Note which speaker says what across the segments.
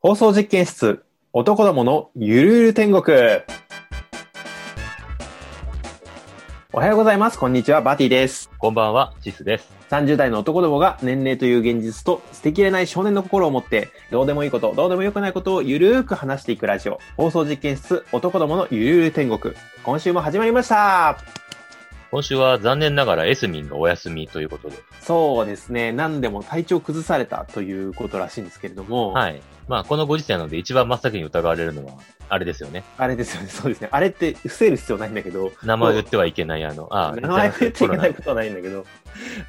Speaker 1: 放送実験室、男どものゆるゆる天国。おはようございます。こんにちは。バティです。
Speaker 2: こんばんは、シスです。
Speaker 1: 30代の男どもが年齢という現実と捨てきれない少年の心を持って、どうでもいいこと、どうでもよくないことをゆるーく話していくラジオ。放送実験室、男どものゆるゆる天国。今週も始まりました。
Speaker 2: 今週は残念ながらエスミンがお休みということで。
Speaker 1: そうですね。何でも体調崩されたということらしいんですけれども、
Speaker 2: はい。まあ、このご時世なので一番真っ先に疑われるのは、あれですよね。
Speaker 1: あれですよね。そうですね。あれって伏せる必要ないんだけど、
Speaker 2: 名前を言ってはいけない、あの、ああ、
Speaker 1: 名前言っていかない
Speaker 2: コロ
Speaker 1: ことはないんだけど、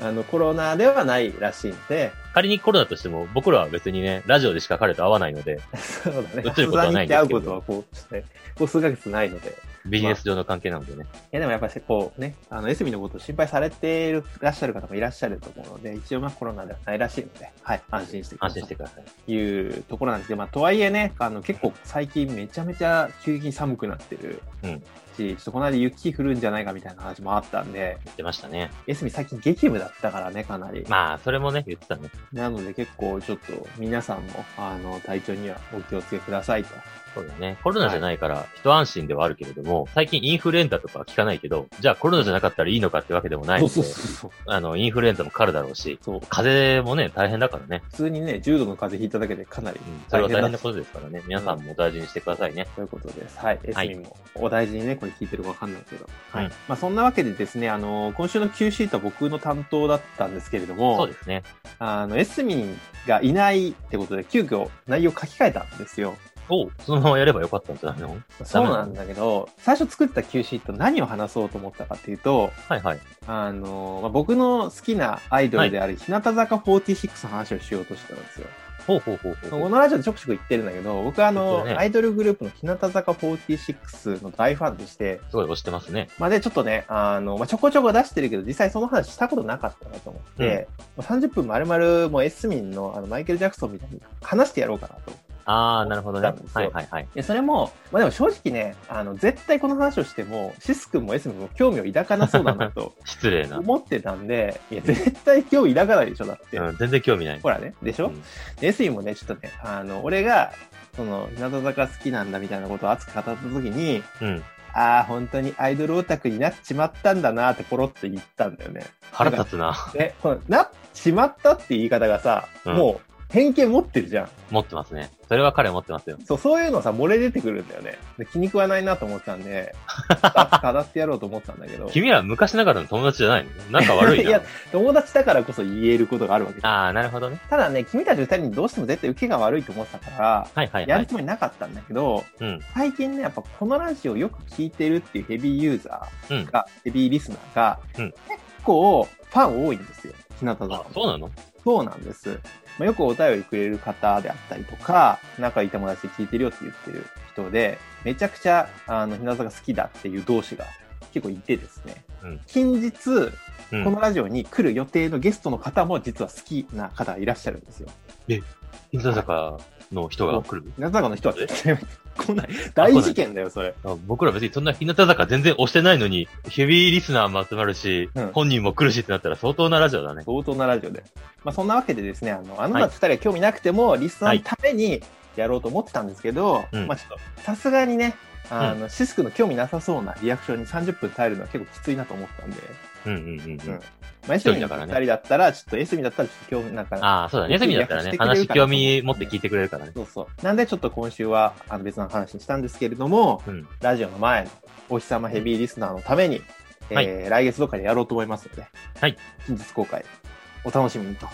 Speaker 1: あの、コロナではないらしいんで、
Speaker 2: ナ仮にコロナとしても、僕らは別にね、ラジオでしか彼と会わないので、
Speaker 1: そうだね。
Speaker 2: 映ることはないんですけ
Speaker 1: 会
Speaker 2: ど
Speaker 1: うことはこう、ちょっとね、こう数ヶ月ないので。い
Speaker 2: ビジネス上の関係なのでね。
Speaker 1: や、でもやっぱりこうね、あの、エスミのことを心配されていらっしゃる方もいらっしゃると思うので、一応まあコロナではないらしいので、はい、安心してくだ
Speaker 2: 安
Speaker 1: さい
Speaker 2: 心してください。
Speaker 1: というところなんですけど、まあ、とはいえね、あの、結構最近めちゃめちゃ急激に寒くなってる
Speaker 2: うん
Speaker 1: し、ちょっとこの間雪降るんじゃないかみたいな話もあったんで、
Speaker 2: 言ってましたね。
Speaker 1: エスミ最近激務だったからね、かなり。
Speaker 2: まあ、それもね、言ってたね。
Speaker 1: なので結構ちょっと皆さんも、あの、体調にはお気をつけくださいと。
Speaker 2: そうだね。コロナじゃないから、一安心ではあるけれども、最近インフルエンザとかは聞かないけど、じゃあコロナじゃなかったらいいのかってわけでもないので、
Speaker 1: そう。
Speaker 2: あの、インフルエンザもかかるだろうし、
Speaker 1: そう。
Speaker 2: 風邪もね、大変だからね。
Speaker 1: 普通にね、重度の風邪ひいただけでかなり
Speaker 2: うんそれは大変なことですからね。皆さんもお大事にしてくださいね。
Speaker 1: ということです。はい。エス
Speaker 2: はい
Speaker 1: ミンも、お大事にね、これ聞いてるかわかんないけど。はい。
Speaker 2: うん
Speaker 1: まあそんなわけでですね、あの、今週の Q シートは僕の担当だったんですけれど
Speaker 2: そう
Speaker 1: も、
Speaker 2: ですね。
Speaker 1: あの、エスミンがいないってことで、急遽内容書き換えたんですよ。
Speaker 2: おそのままやればよかったんじゃないの
Speaker 1: そうなんだけど、最初作った Q シート何を話そうと思ったかっていうと、
Speaker 2: はいはい。
Speaker 1: あの、まあ、僕の好きなアイドルである日向坂46の話をしようとしたんですよ。
Speaker 2: ほうほうほうほう
Speaker 1: こ。のラジオでちょくちょく言ってるんだけど、僕はあ
Speaker 2: そ
Speaker 1: の、
Speaker 2: うだね
Speaker 1: アイドルグループの日向坂46の大ファンでして、
Speaker 2: すごい押してますね。
Speaker 1: まあ、で、ちょっとね、あの、まあ、ちょこちょこ出してるけど、実際その話したことなかったなと思って、もう30分丸々もうエスミンのあのマイケル・ジャクソンみたいに話してやろうかなと。
Speaker 2: あー、なるほどね。
Speaker 1: そうなんですよ
Speaker 2: はいはいはい。
Speaker 1: で、それも、まあ、でも正直ね、あの、絶対この話をしても、シス君もエスミンも興味を抱かなそうだ なと
Speaker 2: 失礼な。う
Speaker 1: 思ってたんで、いや、絶対興味抱かないでしょ、だって。
Speaker 2: ん、全然興味ない。
Speaker 1: ほらね、でしょ、
Speaker 2: うん
Speaker 1: でエスミンもね、ちょっとね、あの、俺が、その、日向坂好きなんだみたいなことを熱く語った時に、
Speaker 2: うん。
Speaker 1: ああ、本当にアイドルオタクになっちまったんだなってポロって言ったんだよ ね。
Speaker 2: 腹立つな。
Speaker 1: で、この、なっちまったって言い方がさ、
Speaker 2: うん
Speaker 1: もう、偏見持ってるじゃん。
Speaker 2: 持ってますね。それは彼持ってますよ。
Speaker 1: そう、そういうのさ、漏れ出てくるんだよね。で気に食わないなと思ってたんで、熱く語ってやろうと思ってたんだけ ど、
Speaker 2: 君は昔ながらの友達じゃないの仲 悪い
Speaker 1: い
Speaker 2: な
Speaker 1: や。友達だからこそ言えることがあるわけです
Speaker 2: あー、なるほどね。
Speaker 1: ただね、君たち二人にどうしても絶対受けが悪いと思ってたから、
Speaker 2: はいはい
Speaker 1: や
Speaker 2: は
Speaker 1: る
Speaker 2: い。
Speaker 1: つもりなかったんだけど、
Speaker 2: うん。
Speaker 1: 最近ね、やっぱこのラジオよく聞いてるっていうヘビーユーザ
Speaker 2: うん
Speaker 1: ー。が、ヘビーリスナーが、
Speaker 2: うん
Speaker 1: 結構ファン多いんですよ、日向
Speaker 2: あ
Speaker 1: 坂、
Speaker 2: そうなの
Speaker 1: そうなんです。まあ、よくお便りくれる方であったりとか、仲いい友達で聞いてるよって言ってる人で、めちゃくちゃ、あの、日向坂好きだっていう同士が結構いてですね。
Speaker 2: うん
Speaker 1: 近日、
Speaker 2: う
Speaker 1: こ
Speaker 2: ん。
Speaker 1: のラジオに来る予定のゲストの方も実は好きな方がいらっしゃるんですよ。
Speaker 2: 水田坂の人が来る。
Speaker 1: 日向坂の人は絶対来ない。大事件だよ、それ。
Speaker 2: あ僕ら別にそんな日向坂全然押してないのに、ヘビーリスナーも集まるし、
Speaker 1: うん
Speaker 2: 本人も来るしってなったら相当なラジオだね。
Speaker 1: 相当なラジオで。まあ、そんなわけでですね、あの、あなた二人は興味なくても、リスナーのためにやろうと思ってたんですけど、
Speaker 2: うん
Speaker 1: まあ、ちょっと、さすがにね、あの、シスクの興味なさそうなリアクションに30分耐えるのは結構きついなと思ったんで、
Speaker 2: うんうんうんうん。
Speaker 1: まあ、エス
Speaker 2: 一
Speaker 1: ミ
Speaker 2: 人
Speaker 1: の
Speaker 2: だから
Speaker 1: 二
Speaker 2: ね
Speaker 1: 人だったら、ちょっとエスミだったらちょっと興味なんか、
Speaker 2: ああ、そうだね。休みだったらね、
Speaker 1: 話し
Speaker 2: 話
Speaker 1: てくれるから
Speaker 2: 興味持って聞いてくれるからね。
Speaker 1: そうそう。なんでちょっと今週は、あの、別の話にしたんですけれども、
Speaker 2: うん。
Speaker 1: ラジオの前のお日様ヘビーリスナーのために、えー
Speaker 2: は
Speaker 1: 来月どっかでやろうと思いますので、
Speaker 2: はい。
Speaker 1: 近日公開、お楽しみにと。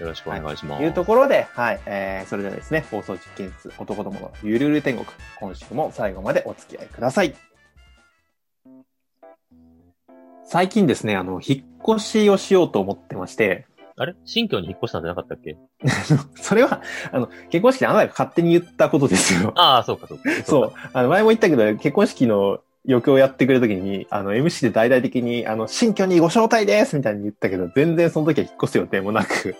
Speaker 2: よろしくお願いしま
Speaker 1: と
Speaker 2: す。
Speaker 1: いうところで、はい、えー、それではですね、放送実験室男どものゆるゆる天国、今週も最後までお付き合いください。最近ですね、あの、引っ越しをしようと思ってまして、
Speaker 2: あれ新居に引っ越したんじゃなかったっけ
Speaker 1: それは、あの、結婚式であなたが勝手に言ったことですよ。
Speaker 2: ああ、そうか、そうか。
Speaker 1: そう。あの、前も言ったけど、結婚式の余興をやってくれるときに、あの、MC で大々的に、あの、新居にご招待ですみたいに言ったけど、全然その時は引っ越す予定もなく、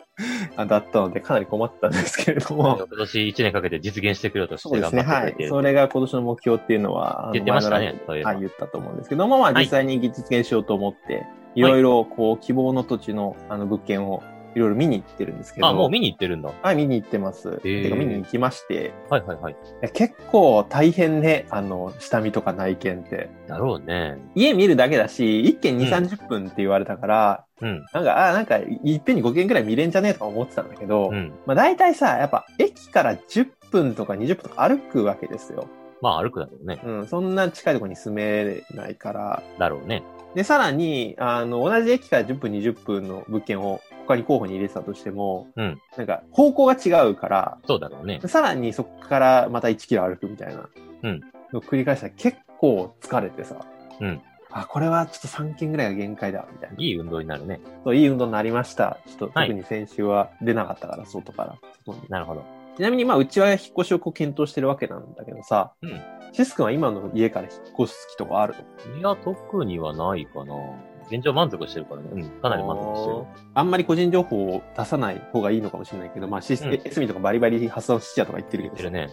Speaker 1: あだったので、かなり困ったんですけれども。
Speaker 2: 今年1年かけて実現してくれようとし
Speaker 1: そう
Speaker 2: て
Speaker 1: です
Speaker 2: 頑
Speaker 1: ね。
Speaker 2: 張
Speaker 1: は
Speaker 2: って
Speaker 1: い
Speaker 2: くれて。る。
Speaker 1: それが今年の目標っていうのは、あの
Speaker 2: 言ってました
Speaker 1: 前の
Speaker 2: ね。そうい
Speaker 1: ラジオで
Speaker 2: え
Speaker 1: は
Speaker 2: ば
Speaker 1: い、言ったと思うんですけども、まあ
Speaker 2: はい
Speaker 1: 実際に実現しようと思って、いろいろこう希望の土地のあの物件をいろいろ見に行ってるんですけど。
Speaker 2: あ、もう見に行ってるんだ。
Speaker 1: はい、見に行ってます。
Speaker 2: えー
Speaker 1: てか見に行きまして、
Speaker 2: はいはいはい。
Speaker 1: いや結構大変ね、あの、下見とか内見って。
Speaker 2: だろうね。
Speaker 1: 家見るだけだし、1件
Speaker 2: う
Speaker 1: 2、
Speaker 2: ん
Speaker 1: 30分って言われたから、
Speaker 2: うん。
Speaker 1: なんか、あ、なんか、いっぺんに5件くらい見れんじゃねえとか思ってたんだけど、
Speaker 2: うん。
Speaker 1: まあ大体さ、やっぱ駅から10分とか20分とか歩くわけですよ。
Speaker 2: まあ歩くだろうね。
Speaker 1: うん、そんな近いところに住めないから。
Speaker 2: だろうね。
Speaker 1: で、さらに、あの、同じ駅から10分、20分の物件を他に候補に入れてたとしても、
Speaker 2: うん
Speaker 1: なんか、方向が違うから、
Speaker 2: そうだろうね。
Speaker 1: さらにそこからまた1キロ歩くみたいな、
Speaker 2: うん
Speaker 1: のを繰り返したら結構疲れてさ、
Speaker 2: うん
Speaker 1: あ、これはちょっと3件ぐらいが限界だ、みたいな。
Speaker 2: いい運動になるね。
Speaker 1: そういい運動になりました。ちょっと、
Speaker 2: はい
Speaker 1: 特に先週は出なかったから、外から、外に。
Speaker 2: なるほど。
Speaker 1: ちなみに、まあ、うちは引っ越しをこう検討してるわけなんだけどさ、
Speaker 2: うん
Speaker 1: シス君は今の家から引っ越す気とかあるの
Speaker 2: いや、特にはないかな。現状満足してるからね。うん。かなり満足してる。
Speaker 1: あんまり個人情報を出さない方がいいのかもしれないけど、まあ、シス、
Speaker 2: うん
Speaker 1: エスミとかバリバリ発散しちゃとか言ってる
Speaker 2: 言って
Speaker 1: けど
Speaker 2: る ね。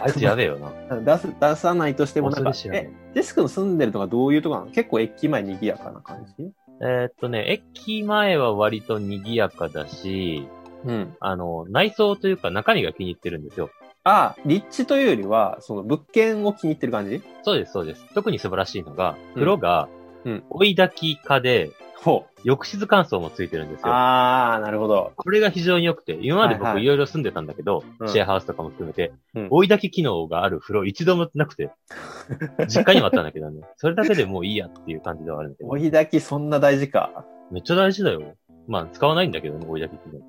Speaker 2: あいつやべえよな。
Speaker 1: 出す、出さないとしてもなんか
Speaker 2: 恐ろ、しいよ
Speaker 1: え
Speaker 2: ね、
Speaker 1: シス君の住んでるとかどういうとこなの結構駅前賑やかな感じ
Speaker 2: えーっとね、駅前は割と賑やかだし、
Speaker 1: うん。
Speaker 2: あの、内装というか中身が気に入ってるんですよ。
Speaker 1: ああ、立地というよりは、その物件を気に入ってる感じ
Speaker 2: そうです、そうです。特に素晴らしいのが、
Speaker 1: うん
Speaker 2: 風呂が
Speaker 1: うん、
Speaker 2: 追い炊き化で、
Speaker 1: ほう。
Speaker 2: 浴室乾燥もついてるんですよ。
Speaker 1: ああ、なるほど。
Speaker 2: これが非常に良くて、今まで
Speaker 1: はい
Speaker 2: 僕
Speaker 1: はい
Speaker 2: いろいろ住んでたんだけど、
Speaker 1: うん
Speaker 2: シェアハウスとかも含めて、
Speaker 1: うん
Speaker 2: 追い炊き機能がある風呂一度もな くて、実家にもあったんだけどね、それだけでもういいやっていう感じではあるんだけ ど
Speaker 1: 追、い焚きそんな大事か。
Speaker 2: めっちゃ大事だよ。まあ、使わないんだけどね、追い炊き機能っ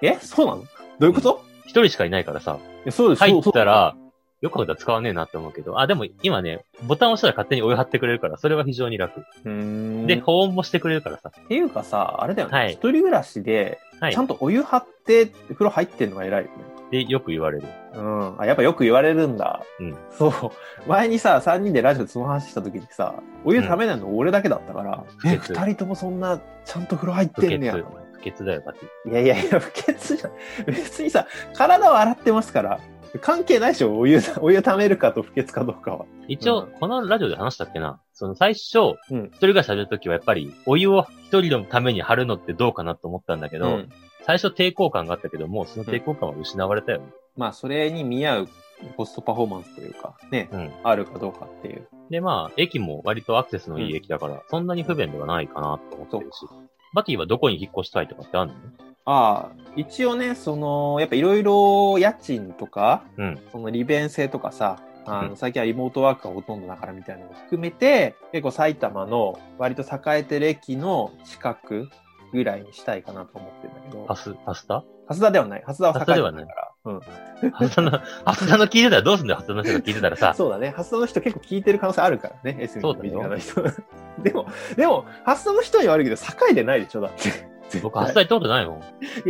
Speaker 2: て。
Speaker 1: えそうなのどういうこと、
Speaker 2: 一人しかいないからさ、
Speaker 1: いやそうです
Speaker 2: 入
Speaker 1: そう
Speaker 2: ったら、よく考えたら使わねえなって思うけど、あ、でも今ね、ボタン押したら勝手にお湯張ってくれるから、それは非常に
Speaker 1: そ
Speaker 2: 楽。
Speaker 1: ううーん
Speaker 2: で、保温もしてくれるからさ。
Speaker 1: っていうかさ、あれだよね。
Speaker 2: はい
Speaker 1: 一人暮らしで、
Speaker 2: はい
Speaker 1: ちゃんとお湯張って、風呂入ってんのが偉いよね。
Speaker 2: で、よく言われる。
Speaker 1: うん。あ、やっぱよく言われるんだ。
Speaker 2: うん
Speaker 1: そう。前にさ、3人でラジオでその話した時にさ、お湯冷めないの俺だけだったから、
Speaker 2: うん
Speaker 1: え、
Speaker 2: 不潔
Speaker 1: 2人ともそんな、ちゃんと風呂入っ
Speaker 2: 不
Speaker 1: て
Speaker 2: 潔。
Speaker 1: んねや。
Speaker 2: 不潔だよ、パティ。
Speaker 1: いやいやいや、不潔じゃん。別にさ、体を洗ってますから、関係ないでしょ、お湯、お湯溜めるかと不潔かどうかは。
Speaker 2: 一応、このラジオで話したっけな。その最初、
Speaker 1: うん
Speaker 2: 一人暮らし始めた時はやっぱり、お湯を一人のために張るのってどうかなと思ったんだけど、
Speaker 1: うん
Speaker 2: 最初抵抗感があったけど、もうその抵抗感は失われたよね。
Speaker 1: まあ、それに見合うコストパフォーマンスというか、ね、
Speaker 2: うん
Speaker 1: あるかどうかっていう。
Speaker 2: で、まあ、駅も割とアクセスのいい駅だから、そんなに不便ではないかなと思ってるし。バティはどこに引っ越したいとかってあるの
Speaker 1: ああ、一応ね、その、やっぱいろいろ家賃とか、
Speaker 2: うん
Speaker 1: その利便性とかさ、あ
Speaker 2: う
Speaker 1: の、最近はリモートワークがほとんどだからみたいなのも含めて、結構埼玉の割と栄えてる駅の近くぐらいにしたいかなと思ってるんだけど、
Speaker 2: パス、パスタ
Speaker 1: 蓮田ではない。蓮田は栄えてる
Speaker 2: 蓮田では
Speaker 1: だから。うん。
Speaker 2: ハスタの、 ハスタの聞いてたらどうすんだよ、ハスタの人が聞いてたらさ。
Speaker 1: そうだね。発想の人結構聞いてる可能性あるからね。S
Speaker 2: そ
Speaker 1: の
Speaker 2: うだ
Speaker 1: 身
Speaker 2: よ
Speaker 1: 近な人。 でも、でも、発想の人には悪いけど、栄えてないでしょだって。
Speaker 2: 僕、ハスタ行ったことないもん。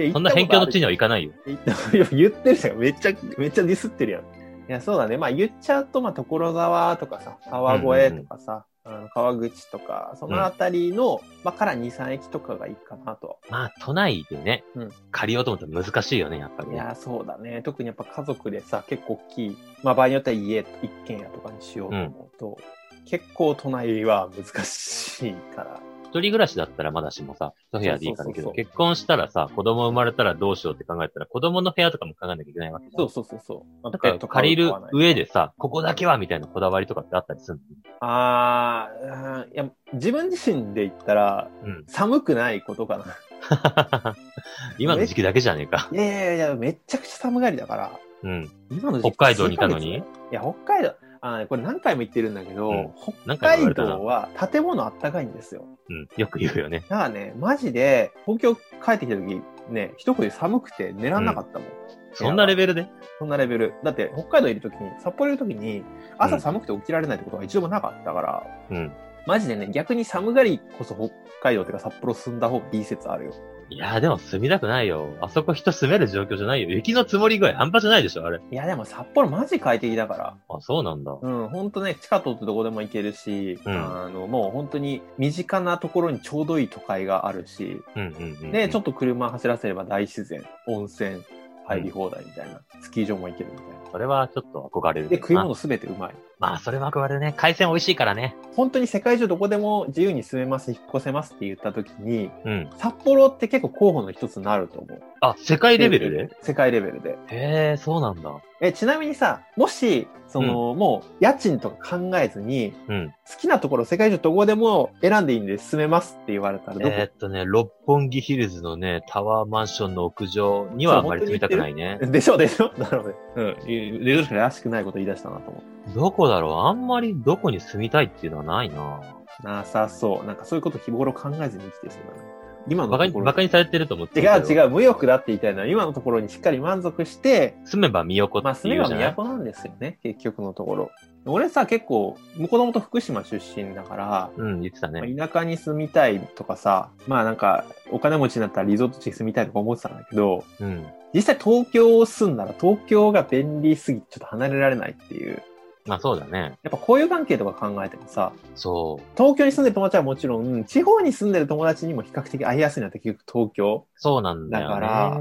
Speaker 1: いや
Speaker 2: そんな偏見の地に
Speaker 1: は。
Speaker 2: は行かないよ。
Speaker 1: い や言ってるじゃん。めっちゃ、めっちゃディスってるやん。いや、そうだね。まあ言っちゃうと、まあ所沢とかさ、川越とかさ、あの川口とか、そのあたりの、まあから2、3駅とかがいいかなと。
Speaker 2: まあ、都内でね、
Speaker 1: うん
Speaker 2: 借りようと思ったら難しいよね、やっぱり
Speaker 1: い
Speaker 2: ね。
Speaker 1: や、そうだね。特にやっぱ家族でさ、結構大きい、まあ場合によっては家、一軒家とかにしようと思うと、結構都内は難しいから。
Speaker 2: 一人暮らしだったらまだしもさ、一部屋でいいからいいけ
Speaker 1: そうそうそうそう
Speaker 2: ど、結婚したらさ、子供生まれたらどうしようって考えたら、子供の部屋とかも考えなきゃいけないわけじゃん
Speaker 1: そうそうそうそう。
Speaker 2: だから、借りる上でさ、ここだけはみたいなこだわりとかってあったりする
Speaker 1: ああ、いや、自分自身で言ったら、
Speaker 2: の うん。
Speaker 1: 寒くないことかな。
Speaker 2: 今の時期だけじゃねえか。
Speaker 1: いやいやいや、めっちゃくちゃ寒がりだから、
Speaker 2: うん。
Speaker 1: 今の時期
Speaker 2: 北海道にいたの
Speaker 1: 数
Speaker 2: に
Speaker 1: ヶ月いや、北海道、あーこれ何回も言ってるんだけど、
Speaker 2: うん
Speaker 1: 北
Speaker 2: 何回も言わ
Speaker 1: 海
Speaker 2: れたな
Speaker 1: 道は建物あったかいんですよ。
Speaker 2: うん。よく言うよね。
Speaker 1: だからね、マジで、東京帰ってきた時、ね、一冬寒くて寝らんなかったもん。
Speaker 2: そんなレベルで
Speaker 1: そんなレベル。だって、北海道いる時に、札幌いる時に、朝寒くて起きられないってことが一度もなかったから、
Speaker 2: うん。
Speaker 1: マジでね、逆に寒がりこそ北海道っていうか札幌住んだ方がいい説あるよ。
Speaker 2: いやーでも住みたくないよ。あそこ人住める状況じゃないよ。雪の積もり具合半端じゃないでしょ、あれ。
Speaker 1: いや、でも札幌マジ快適だから。
Speaker 2: あ、そうなんだ。
Speaker 1: うん、ほんとね、地下通ってどこでも行けるし、
Speaker 2: うん
Speaker 1: あの、もう本当に身近なところにちょうどいい都会があるし、
Speaker 2: うんうんうん。
Speaker 1: で、ちょっ
Speaker 2: っ
Speaker 1: と車走らせれば大自然、温泉、入り放題みたいな、スキー場も行けるみたいな。
Speaker 2: それはちょっと憧れる
Speaker 1: で、
Speaker 2: け
Speaker 1: 食
Speaker 2: ど
Speaker 1: い
Speaker 2: な。
Speaker 1: 物すべてうまい。
Speaker 2: まあ、それは憧れるね。海鮮美味しいからね。
Speaker 1: 本当に世界中どこでも自由に住めます、引っ越せますって言った時に、
Speaker 2: うん。
Speaker 1: 札幌って結構候補の一つになると思う。
Speaker 2: あ、世界レベルで
Speaker 1: 世界レベルで。
Speaker 2: へえ、そうなんだ。
Speaker 1: え、ちなみにさ、もし、その、もう、家賃とか考えずに、
Speaker 2: うん。
Speaker 1: 好きなところ世界中どこでも選んでいいんで住めますって言われたらどこ、
Speaker 2: えーっとね、六本木ヒルズのね、タワーマンションの屋上にはあんまり住みたくないね。
Speaker 1: でしょうでしょなるほど。うん。レジらしくないこと言い出したなと思う。
Speaker 2: どこだろうあんまりどこに住みたいっていうのはないな
Speaker 1: なさそう。なんかそういうこと日頃考えずに生きてそうだね。今の
Speaker 2: バカ
Speaker 1: と
Speaker 2: に、
Speaker 1: ころ。
Speaker 2: バカにされてると思って
Speaker 1: 違
Speaker 2: るけど。
Speaker 1: う違う、無欲だって言いたいのは今のところにしっかり満足して、
Speaker 2: 住めば都
Speaker 1: まあ
Speaker 2: って
Speaker 1: 住
Speaker 2: い
Speaker 1: め
Speaker 2: う
Speaker 1: ば
Speaker 2: じゃない、
Speaker 1: 都なんですよね、結局のところ。俺さ、結構、もともと福島出身だから、
Speaker 2: うん、言ってたね。
Speaker 1: まあ田舎に住みたいとかさ、まあなんか、お金持ちになったらリゾート地に住みたいとか思ってたんだけど、
Speaker 2: うん。
Speaker 1: 実際東京を住んだら東京が便利すぎてちょっと離れられないっていう。
Speaker 2: まあそうだね。
Speaker 1: やっぱ交友関係とか考えてもさ、
Speaker 2: そう。
Speaker 1: 東京に住んでる友達はもちろん、地方に住んでる友達にも比較的会いやすいのは結局東京。
Speaker 2: そうなんだよね。
Speaker 1: だから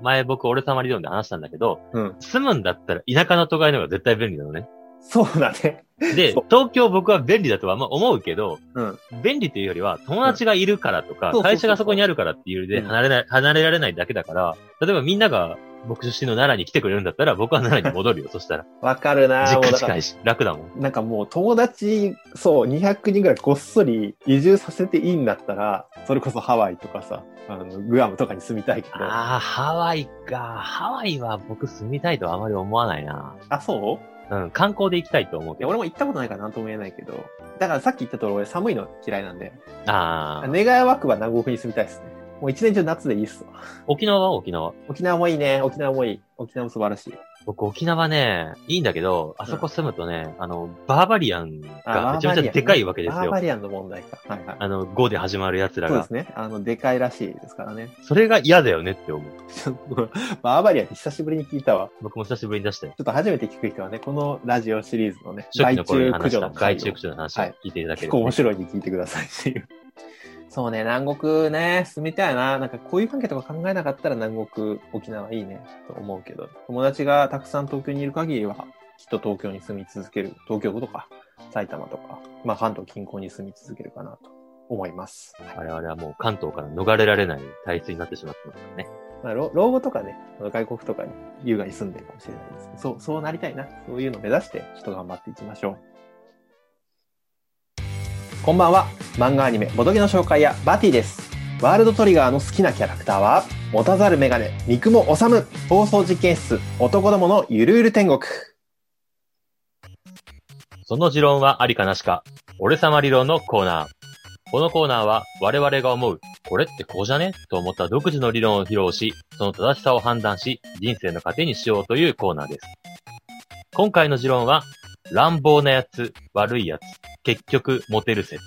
Speaker 2: 前僕、俺様理論で話したんだけど、
Speaker 1: うん。
Speaker 2: 住むんだったら田舎の都会の方が絶対便利なのね。
Speaker 1: そうだね。
Speaker 2: で
Speaker 1: そう、
Speaker 2: 東京僕は便利だとはあんま思うけど、
Speaker 1: うん。
Speaker 2: 便利というよりは友達がいるからと
Speaker 1: う
Speaker 2: か
Speaker 1: んそうそうそう、
Speaker 2: 会社がそこにあるからっていう理由で
Speaker 1: うん
Speaker 2: 離れない、離れられないだけだから、例えばみんなが僕出身の奈良に来てくれるんだったら、僕は奈良に 戻るよ。そしたら、
Speaker 1: わかるな
Speaker 2: 実
Speaker 1: もうだ
Speaker 2: 家
Speaker 1: か
Speaker 2: 近
Speaker 1: ら
Speaker 2: いし、楽だもん。
Speaker 1: なんかもう友達、そう、200人ぐらいごっそり移住させていいんだったら、それこそハワイとかさ、あの、グアムとかに住みたいけど。あ、
Speaker 2: ああ、ハワイか。ハワイは僕住みたいとはあまり思わないな。
Speaker 1: そう
Speaker 2: うん、観光で行きたいと思う
Speaker 1: い
Speaker 2: け
Speaker 1: や、
Speaker 2: ど。
Speaker 1: 俺も行ったことないからなんとも言えないけど。だからさっき言った通り俺寒いの嫌いなんで。
Speaker 2: ああ、
Speaker 1: 願い湧くば南国に住みたいですね。もう一年中夏でいいっすわ。
Speaker 2: 沖縄は沖縄。
Speaker 1: 沖縄もいいね。沖縄もいい。沖縄も素晴らしい。
Speaker 2: 僕、沖縄ね、いいんだけど、あそこ住むとね、あの、バーバリアンが
Speaker 1: あ
Speaker 2: めちゃめちゃでかいわけです
Speaker 1: バー
Speaker 2: よ
Speaker 1: バ。リアンの問題か。はいはい。
Speaker 2: あの、5で始まる奴ら
Speaker 1: そうで
Speaker 2: が。
Speaker 1: すね。あの、でかいらしいですからね。
Speaker 2: それが嫌だよねって思う。
Speaker 1: ちょっとバーバリアンって久しぶりに聞いたわ。
Speaker 2: 僕も久しぶりに出して、
Speaker 1: ちょっと初めて聞く人はね、このラジオシリーズのね、
Speaker 2: 初期の頃に
Speaker 1: 駆
Speaker 2: 話し
Speaker 1: 除
Speaker 2: た
Speaker 1: の
Speaker 2: 外
Speaker 1: 回
Speaker 2: 中
Speaker 1: を
Speaker 2: 駆除の話を
Speaker 1: はい
Speaker 2: 聞いていただけ
Speaker 1: 結
Speaker 2: れ
Speaker 1: 構
Speaker 2: ば、
Speaker 1: 面白いに聞いてくださいっていう。 そうね、南国ね、住みたいな。なんかこういう関係とか考えなかったら南国、沖縄いいね、と思うけど。友達がたくさん東京にいる限りは、きっと東京に住み続ける。東京とか、埼玉とか、まあ関東近郊に住み続けるかなと思います。はい
Speaker 2: 我々はもう関東から逃れられない体質になってしまってますからね。
Speaker 1: まあ、老老後とかね、あの外国とかに優雅に住んでるかもしれないですけど、そう、そうなりたいな。そういうの目指して、ちょっと頑張っていきましょう。こんばんは。漫画アニメ、ボドゲの紹介やバティです。ワールドトリガーの好きなキャラクターは、持たざるメガネ、肉もおさむ、放送実験室、男どものゆるゆる天国。
Speaker 2: その持論はありかなしか、俺様理論のコーナー。このコーナーは我々が思う、これってこうじゃねと思った独自の理論を披露し、その正しさを判断し、人生の糧にしようというコーナーです。今回の持論は、乱暴なやつ、悪いやつ、結局モテる説。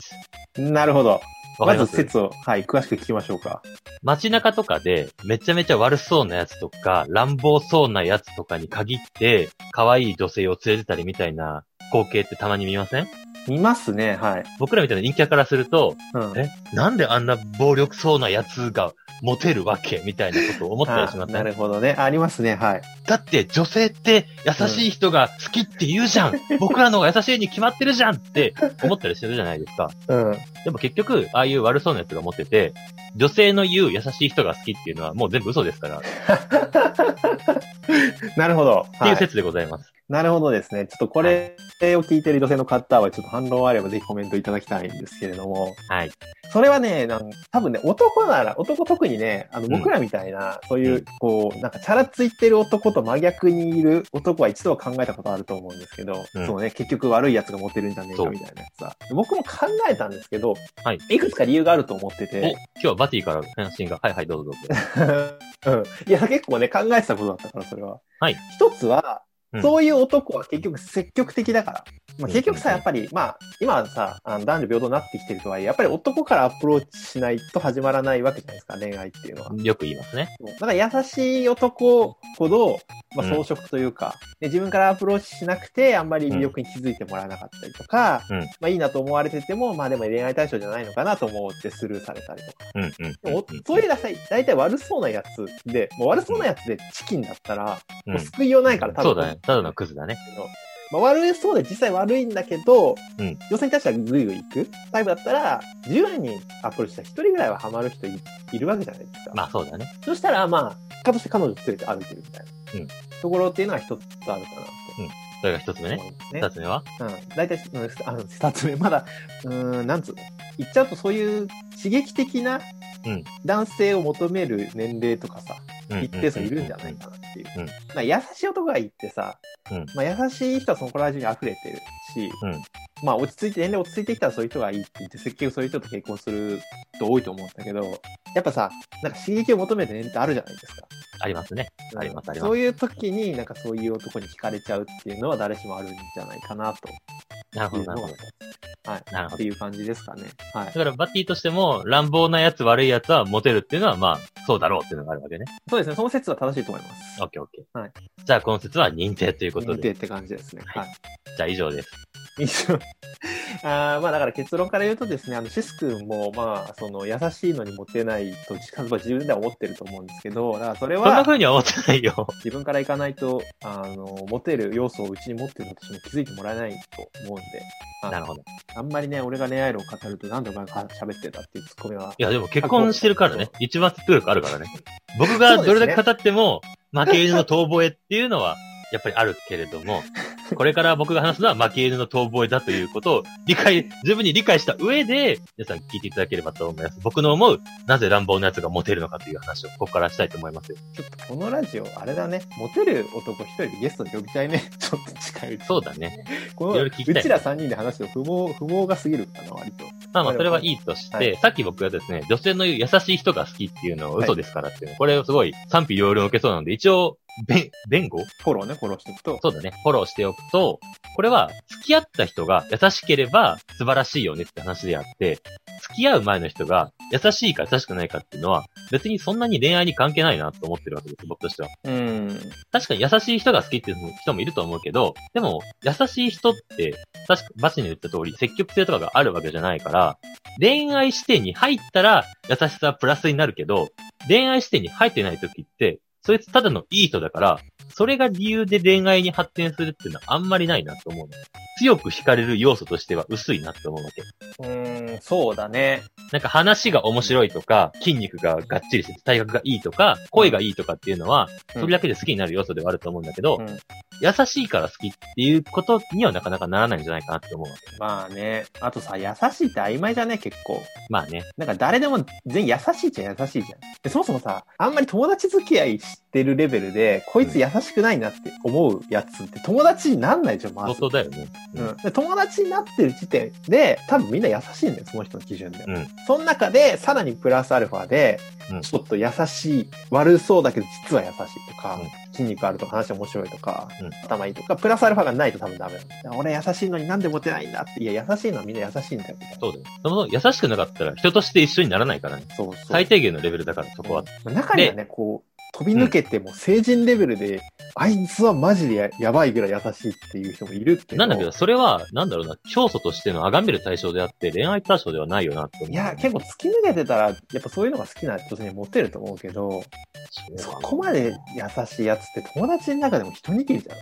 Speaker 1: なるほど。
Speaker 2: わか
Speaker 1: ま
Speaker 2: りま
Speaker 1: ず
Speaker 2: す
Speaker 1: 説を、はい、詳しく聞きましょうか。
Speaker 2: 街中とかで、めちゃめちゃ悪そうなやつとか、乱暴そうなやつとかに限って、可愛い女性を連れてたりみたいな光景ってたまに見ません
Speaker 1: 見ますね、はい。
Speaker 2: 僕らみたいな陰キャからすると、
Speaker 1: うん。
Speaker 2: え、なんであんな暴力そうなやつがモテるわけみたいなことを思ったりしま
Speaker 1: あ
Speaker 2: せ
Speaker 1: なんるほどね。ありますね、はい。
Speaker 2: だって女性って優しい人が好きって言うじゃ ん、僕らの方が優しいに決まってるじゃんって思ったりしてるじゃないですか。
Speaker 1: うん。
Speaker 2: でも結局、ああいう悪そうなやつがモテて、女性の言う優しい人が好きっていうのはもう全部嘘ですから、っ
Speaker 1: なるほど。
Speaker 2: ていう説でございます。
Speaker 1: なるほどですね。ちょっとこれを聞いてる女性の方は、ちょっと反論あればぜひコメントいただきたいんですけれども、
Speaker 2: はい。
Speaker 1: それはね、なん多分ね、男なら、男特にね、あの、
Speaker 2: ん
Speaker 1: 僕らみたいな、そういうう、こう、なんかチャラついてる男と真逆にいる男は一度は考えたことあると思うんですけど、
Speaker 2: うん
Speaker 1: そうね、結局悪い奴がモテるんじゃねえか
Speaker 2: そう
Speaker 1: みたいなやつさ。僕も考えたんですけど、
Speaker 2: はい。
Speaker 1: いくつか理由があると思って
Speaker 2: お、
Speaker 1: て
Speaker 2: 今、日はバティから返信が、はいはい、 どうぞどうぞ。
Speaker 1: うん。いや、結構ね、考えてたことだったから、それは。
Speaker 2: はい。
Speaker 1: 一つは、
Speaker 2: うん
Speaker 1: そういう男は結局積極的だから。まあ、結局さ、やっぱり、まあ、今はさ、あの男女平等になってきてるとはいえ、やっぱり男からアプローチしないと始まらないわけじゃないですか、恋愛っていうのは。
Speaker 2: よく言いますね。
Speaker 1: だから優しい男ほど、まあ、
Speaker 2: うん
Speaker 1: 装飾というか、で自分からアプローチしなくて、あんまり魅力に気づいてもらえなかったりとか、
Speaker 2: うん
Speaker 1: まあいいなと思われてても、まあでも恋愛対象じゃないのかなと思ってスルーされたりとか。
Speaker 2: うんうんうん
Speaker 1: でも
Speaker 2: う
Speaker 1: そう
Speaker 2: ん。
Speaker 1: いう意味ではさ大体悪そうなやつで、もう悪そうなやつでチキンだったら、
Speaker 2: うん
Speaker 1: もう救いようないから多分、
Speaker 2: そうだね。ただのクズだね。
Speaker 1: まあ、悪そうで実際悪いんだけど、
Speaker 2: うん
Speaker 1: 女性に対してはグイグイ行くタイプだったら、10人アプローチしたら1人ぐらいはハマる人いいるわけじゃないですか。
Speaker 2: まあそうだね。
Speaker 1: そしたら、まあ、かとして彼女を連れて歩いてるみたいな、
Speaker 2: うん
Speaker 1: ところっていうのは一つあるかなと
Speaker 2: それが一つ目
Speaker 1: 思
Speaker 2: ね。
Speaker 1: いますね。
Speaker 2: 二つ目は
Speaker 1: うん、大体、うんあの二つ目、まだ、うーん、なんつうの。言っちゃうとそういう刺激的な
Speaker 2: うん
Speaker 1: 男性を求める年齢とかさ、一定数いるんじゃないいかなっていう。
Speaker 2: うん
Speaker 1: まあ、優しい男がいいってさ、
Speaker 2: うん
Speaker 1: まあ、優しい人はそこら中に溢れてるし、
Speaker 2: うん
Speaker 1: まあ落ち着いて、年齢落ち着いてきたらそういう人がいいって言って、結局そういう人と結婚する人多いと思うんだけど、やっぱさ、なんか刺激を求める年齢ってあるじゃないですか。
Speaker 2: ありますね。ありますあります
Speaker 1: そういう時に、なんかそういう男に惹かれちゃうっていうのは誰しもあるんじゃないかなと
Speaker 2: なるほ
Speaker 1: い
Speaker 2: ど、
Speaker 1: う
Speaker 2: な
Speaker 1: の
Speaker 2: る
Speaker 1: が
Speaker 2: ほど。
Speaker 1: はい。
Speaker 2: なるほ
Speaker 1: って
Speaker 2: ど。
Speaker 1: いう感じですかね。はい
Speaker 2: だ。から、バッティとしても、乱暴なやつ、悪いやつはモテるっていうのは、まあ、そうだろうっていうのがあるわけね。
Speaker 1: そうですね。その説は正しいと思います。
Speaker 2: オッケーオッケー。
Speaker 1: はい
Speaker 2: じゃあ、この説は認定ということ
Speaker 1: 認
Speaker 2: で。
Speaker 1: 定って感じですね。
Speaker 2: は
Speaker 1: は
Speaker 2: い
Speaker 1: い。
Speaker 2: じゃあ、以上です。
Speaker 1: 以上。 あーまあだから結論から言うとですね、あのシス君もまあその優しいのにモテないと自分では思ってると思うんですけど、だからそれ
Speaker 2: そんな
Speaker 1: は
Speaker 2: 風には思ってないよ。
Speaker 1: 自分からいかないと、あの、モテる要素をうちに持ってるのとしても気づいてもらえないと思うんで、はい
Speaker 2: なるほど。
Speaker 1: あんまりね、俺が恋愛論を語ると何でお前が喋ってたっていうツッコミはい
Speaker 2: や、でも結婚してるからね。一番説得力あるからね。僕が
Speaker 1: そう
Speaker 2: ど
Speaker 1: ですね
Speaker 2: れだけ語っても、負け犬の遠吠えっていうのは、やっぱりあるけれど も、これから僕が話すのは負け犬の遠吠えだということを理解、十分に理解した上で、皆さん聞いていただければと思います。僕の思う、なぜ乱暴な奴がモテるのかという話をここからしたいと思いますよ。
Speaker 1: ちょっとこのラジオ、あれだね、モテる男一人でゲストで呼びたいね。 ちょっと近いうち。
Speaker 2: そうだね。
Speaker 1: この
Speaker 2: いろいろ聞きたいう
Speaker 1: ちら3人で話しても不毛、不毛が過ぎるかな、割と。
Speaker 2: まあまあ、それはいいとして、
Speaker 1: はい
Speaker 2: さっき僕がですね、女性の言う優しい人が好きっていうのを嘘ですからっていうの、これをすごい賛否両論受けそうなので、一応、弁、弁護
Speaker 1: フォローね、フォローしていくと。
Speaker 2: そうだね。フォローしておくと、これは付き合った人が優しければ素晴らしいよねって話であって、付き合う前の人が優しいか優しくないかっていうのは、別にそんなに恋愛に関係ないなと思ってるわけです、僕としては。
Speaker 1: うん。
Speaker 2: 確かに優しい人が好きっていう人もいると思うけど、でも、優しい人って、確か、バチに言った通り、積極性とかがあるわけじゃないから、恋愛視点に入ったら、優しさはプラスになるけど、恋愛視点に入ってない時って、そいつただのいい人だから、それが理由で恋愛に発展するっていうのはあんまりないなと思うの。強く惹かれる要素としては薄いなって思うわけ。
Speaker 1: うん、そうだね。
Speaker 2: なんか話が面白いとか、筋肉ががっちりしてて体格がいいとか、声がいいとかっていうのは、
Speaker 1: うん
Speaker 2: それだけで好きになる要素ではあると思うんだけど、
Speaker 1: うん
Speaker 2: 優しいから好きっていうことにはなかなかならないんじゃないかなって思うわけ。
Speaker 1: まあね。あとさ、優しいって曖昧じゃね、結構。
Speaker 2: まあね。
Speaker 1: なんか誰でも全員優しいじゃん優しいじゃん。で、そもそもさ、あんまり友達付き合いしてるレベルで、こいつ優しくないなって思うやつって友達になんないじゃん、ま
Speaker 2: 相
Speaker 1: ず。
Speaker 2: 当だよね。
Speaker 1: うん、で友達になってる時点で、多分みんな優しいんだよ、その人の基準で。
Speaker 2: うん
Speaker 1: その中で、さらにプラスアルファで、
Speaker 2: うん
Speaker 1: ちょっと優しい、悪そうだけど実は優しいとか、
Speaker 2: うん
Speaker 1: 筋肉あるとか話面白いとか、
Speaker 2: うん
Speaker 1: 頭いいとか、プラスアルファがないと多分ダメなんだよ俺優しいのになんでモテないんだって、いや、優しいのはみんな優しいんだよ、みたいな。
Speaker 2: そうだよ。そもそも優しくなかったら人として一緒にならないからね。
Speaker 1: そうそう。
Speaker 2: 最低限のレベルだから、そこは。
Speaker 1: うん中にはね、こう、飛び抜けても成人レベルで、あいつはマジでややばいぐらい優しいっていう人もいるけど。
Speaker 2: なんだけど、それは、なんだろうな、教祖としての崇める対象であって、恋愛対象ではないよなって思う。
Speaker 1: いや、結構突き抜けてたら、やっぱそういうのが好きな女性にモテると思うけど、そこまで優しいやつって友達の中でも一握りじゃない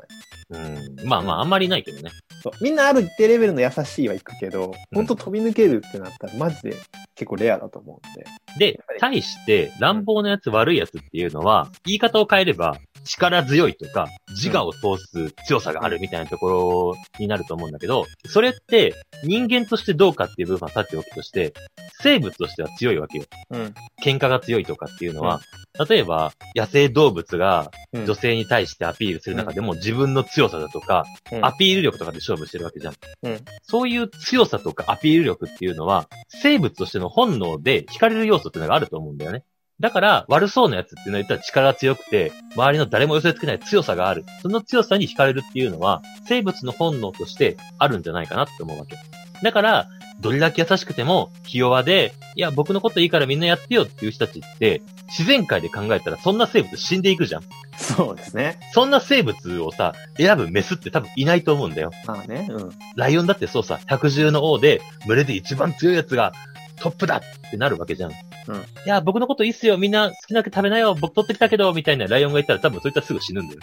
Speaker 2: うん。まあまあ、あんまりないけどね。
Speaker 1: そうみんなある一定レベルの優しいはいくけど、本当飛び抜けるってなったらマジで結構レアだと思うんで。
Speaker 2: で、対して、乱暴なやつ、悪いやつっていうのは、言い方を変えれば、力強いとか、自我を通す強さがあるみたいなところになると思うんだけど、それって、人間としてどうかっていう部分はさておきとして、生物としては強いわけよ。
Speaker 1: うん。
Speaker 2: 喧嘩が強いとかっていうのは、例えば、野生動物が
Speaker 1: うん
Speaker 2: 女性に対してアピールする中でも、自分の強さだとか、
Speaker 1: うん
Speaker 2: アピール力とかで勝負してるわけじゃん。
Speaker 1: うん
Speaker 2: そういう強さとかアピール力っていうのは、生物としての本能で惹かれる要素っていうのがあると思うんだよね。だから、悪そうなやつっていうのは言ったら力が強くて、周りの誰も寄せつけない強さがある。その強さに惹かれるっていうのは、生物の本能としてあるんじゃないかなって思うわけ。だから、どれだけ優しくても、気弱で、いや、僕のこといいからみんなやってよっていう人たちって、自然界で考えたらそんな生物死んでいくじゃん。
Speaker 1: そうですね。
Speaker 2: そんな生物をさ、選ぶメスって多分いないと思うんだよ。
Speaker 1: まあね、うん。
Speaker 2: ライオンだってそうさ、百獣の王で、群れで一番強いやつがトップだってなるわけじゃん。
Speaker 1: うん
Speaker 2: いや、僕のこといいっすよ、みんな好きなだけ食べなよ、僕取ってきたけど、みたいなライオンがいたら多分そういったらすぐ死ぬんだよ。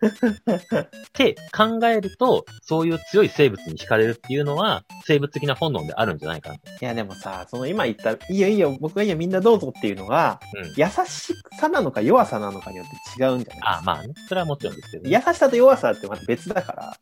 Speaker 2: って考えると、そういう強い生物に惹かれるっていうのは、生物的な本能であるんじゃないかな。
Speaker 1: いや、でもさ、その今言った、いいよいいよ、僕がいいよ、みんなどうぞっていうのが、
Speaker 2: うん
Speaker 1: 優しさなのか弱さなのかによって違うんじゃない
Speaker 2: ああ、まあね、それはもちろんですけど、ね。
Speaker 1: 優しさと弱さってまた別だから、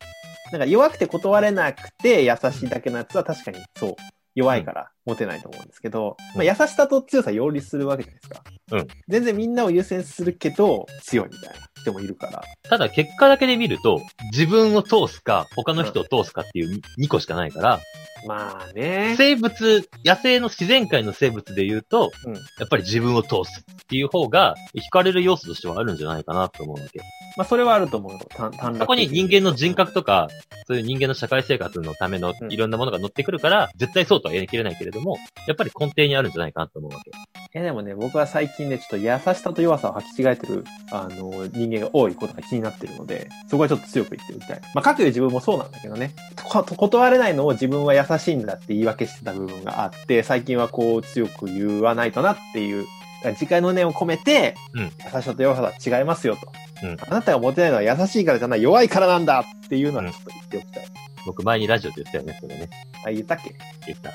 Speaker 1: なんか弱くて断れなくて優しいだけのやつは確かにそう、弱いから持てないと思うんですけど、
Speaker 2: うん
Speaker 1: まあ、優しさと強さ両立するわけじゃないですか。
Speaker 2: うん
Speaker 1: 全然みんなを優先するけど、強いみたいな人もいるから。
Speaker 2: ただ結果だけで見ると、自分を通すか、他の人を通すかっていう2個しかないから、
Speaker 1: まあね。
Speaker 2: 生物、野生の自然界の生物で言うと、
Speaker 1: うん
Speaker 2: やっぱり自分を通すっていう方が、惹かれる要素としてはあるんじゃないかなと思うわけ。
Speaker 1: まあそれはあると思うよ。単単
Speaker 2: そこに人間の人格とか、そういう人間の社会生活のための
Speaker 1: うん
Speaker 2: いろんなものが乗ってくるから、絶対そうとは言い切れないけれども、やっぱり根底にあるんじゃないかなと思うわけ。
Speaker 1: え、でもね、僕は最近ね、ちょっと優しさと弱さを履き違えてる、あの、人間が多いことが気になってるので、そこはちょっと強く言ってみたい。まあ、かくいう自分もそうなんだけどね、とと断れないのを自分は優しいんだって言い訳してた部分があって、最近はこう強く言わないとなっていう、だから次回の念を込めて、
Speaker 2: うん
Speaker 1: 優しさと弱さは違いますよと。
Speaker 2: うん
Speaker 1: あなたが持てないのは優しいからじゃない、弱いからなんだっていうのはちょっと言っておきたい。
Speaker 2: 僕前にラジオで言ったよね、それね。
Speaker 1: あ、言ったっけ
Speaker 2: 言った。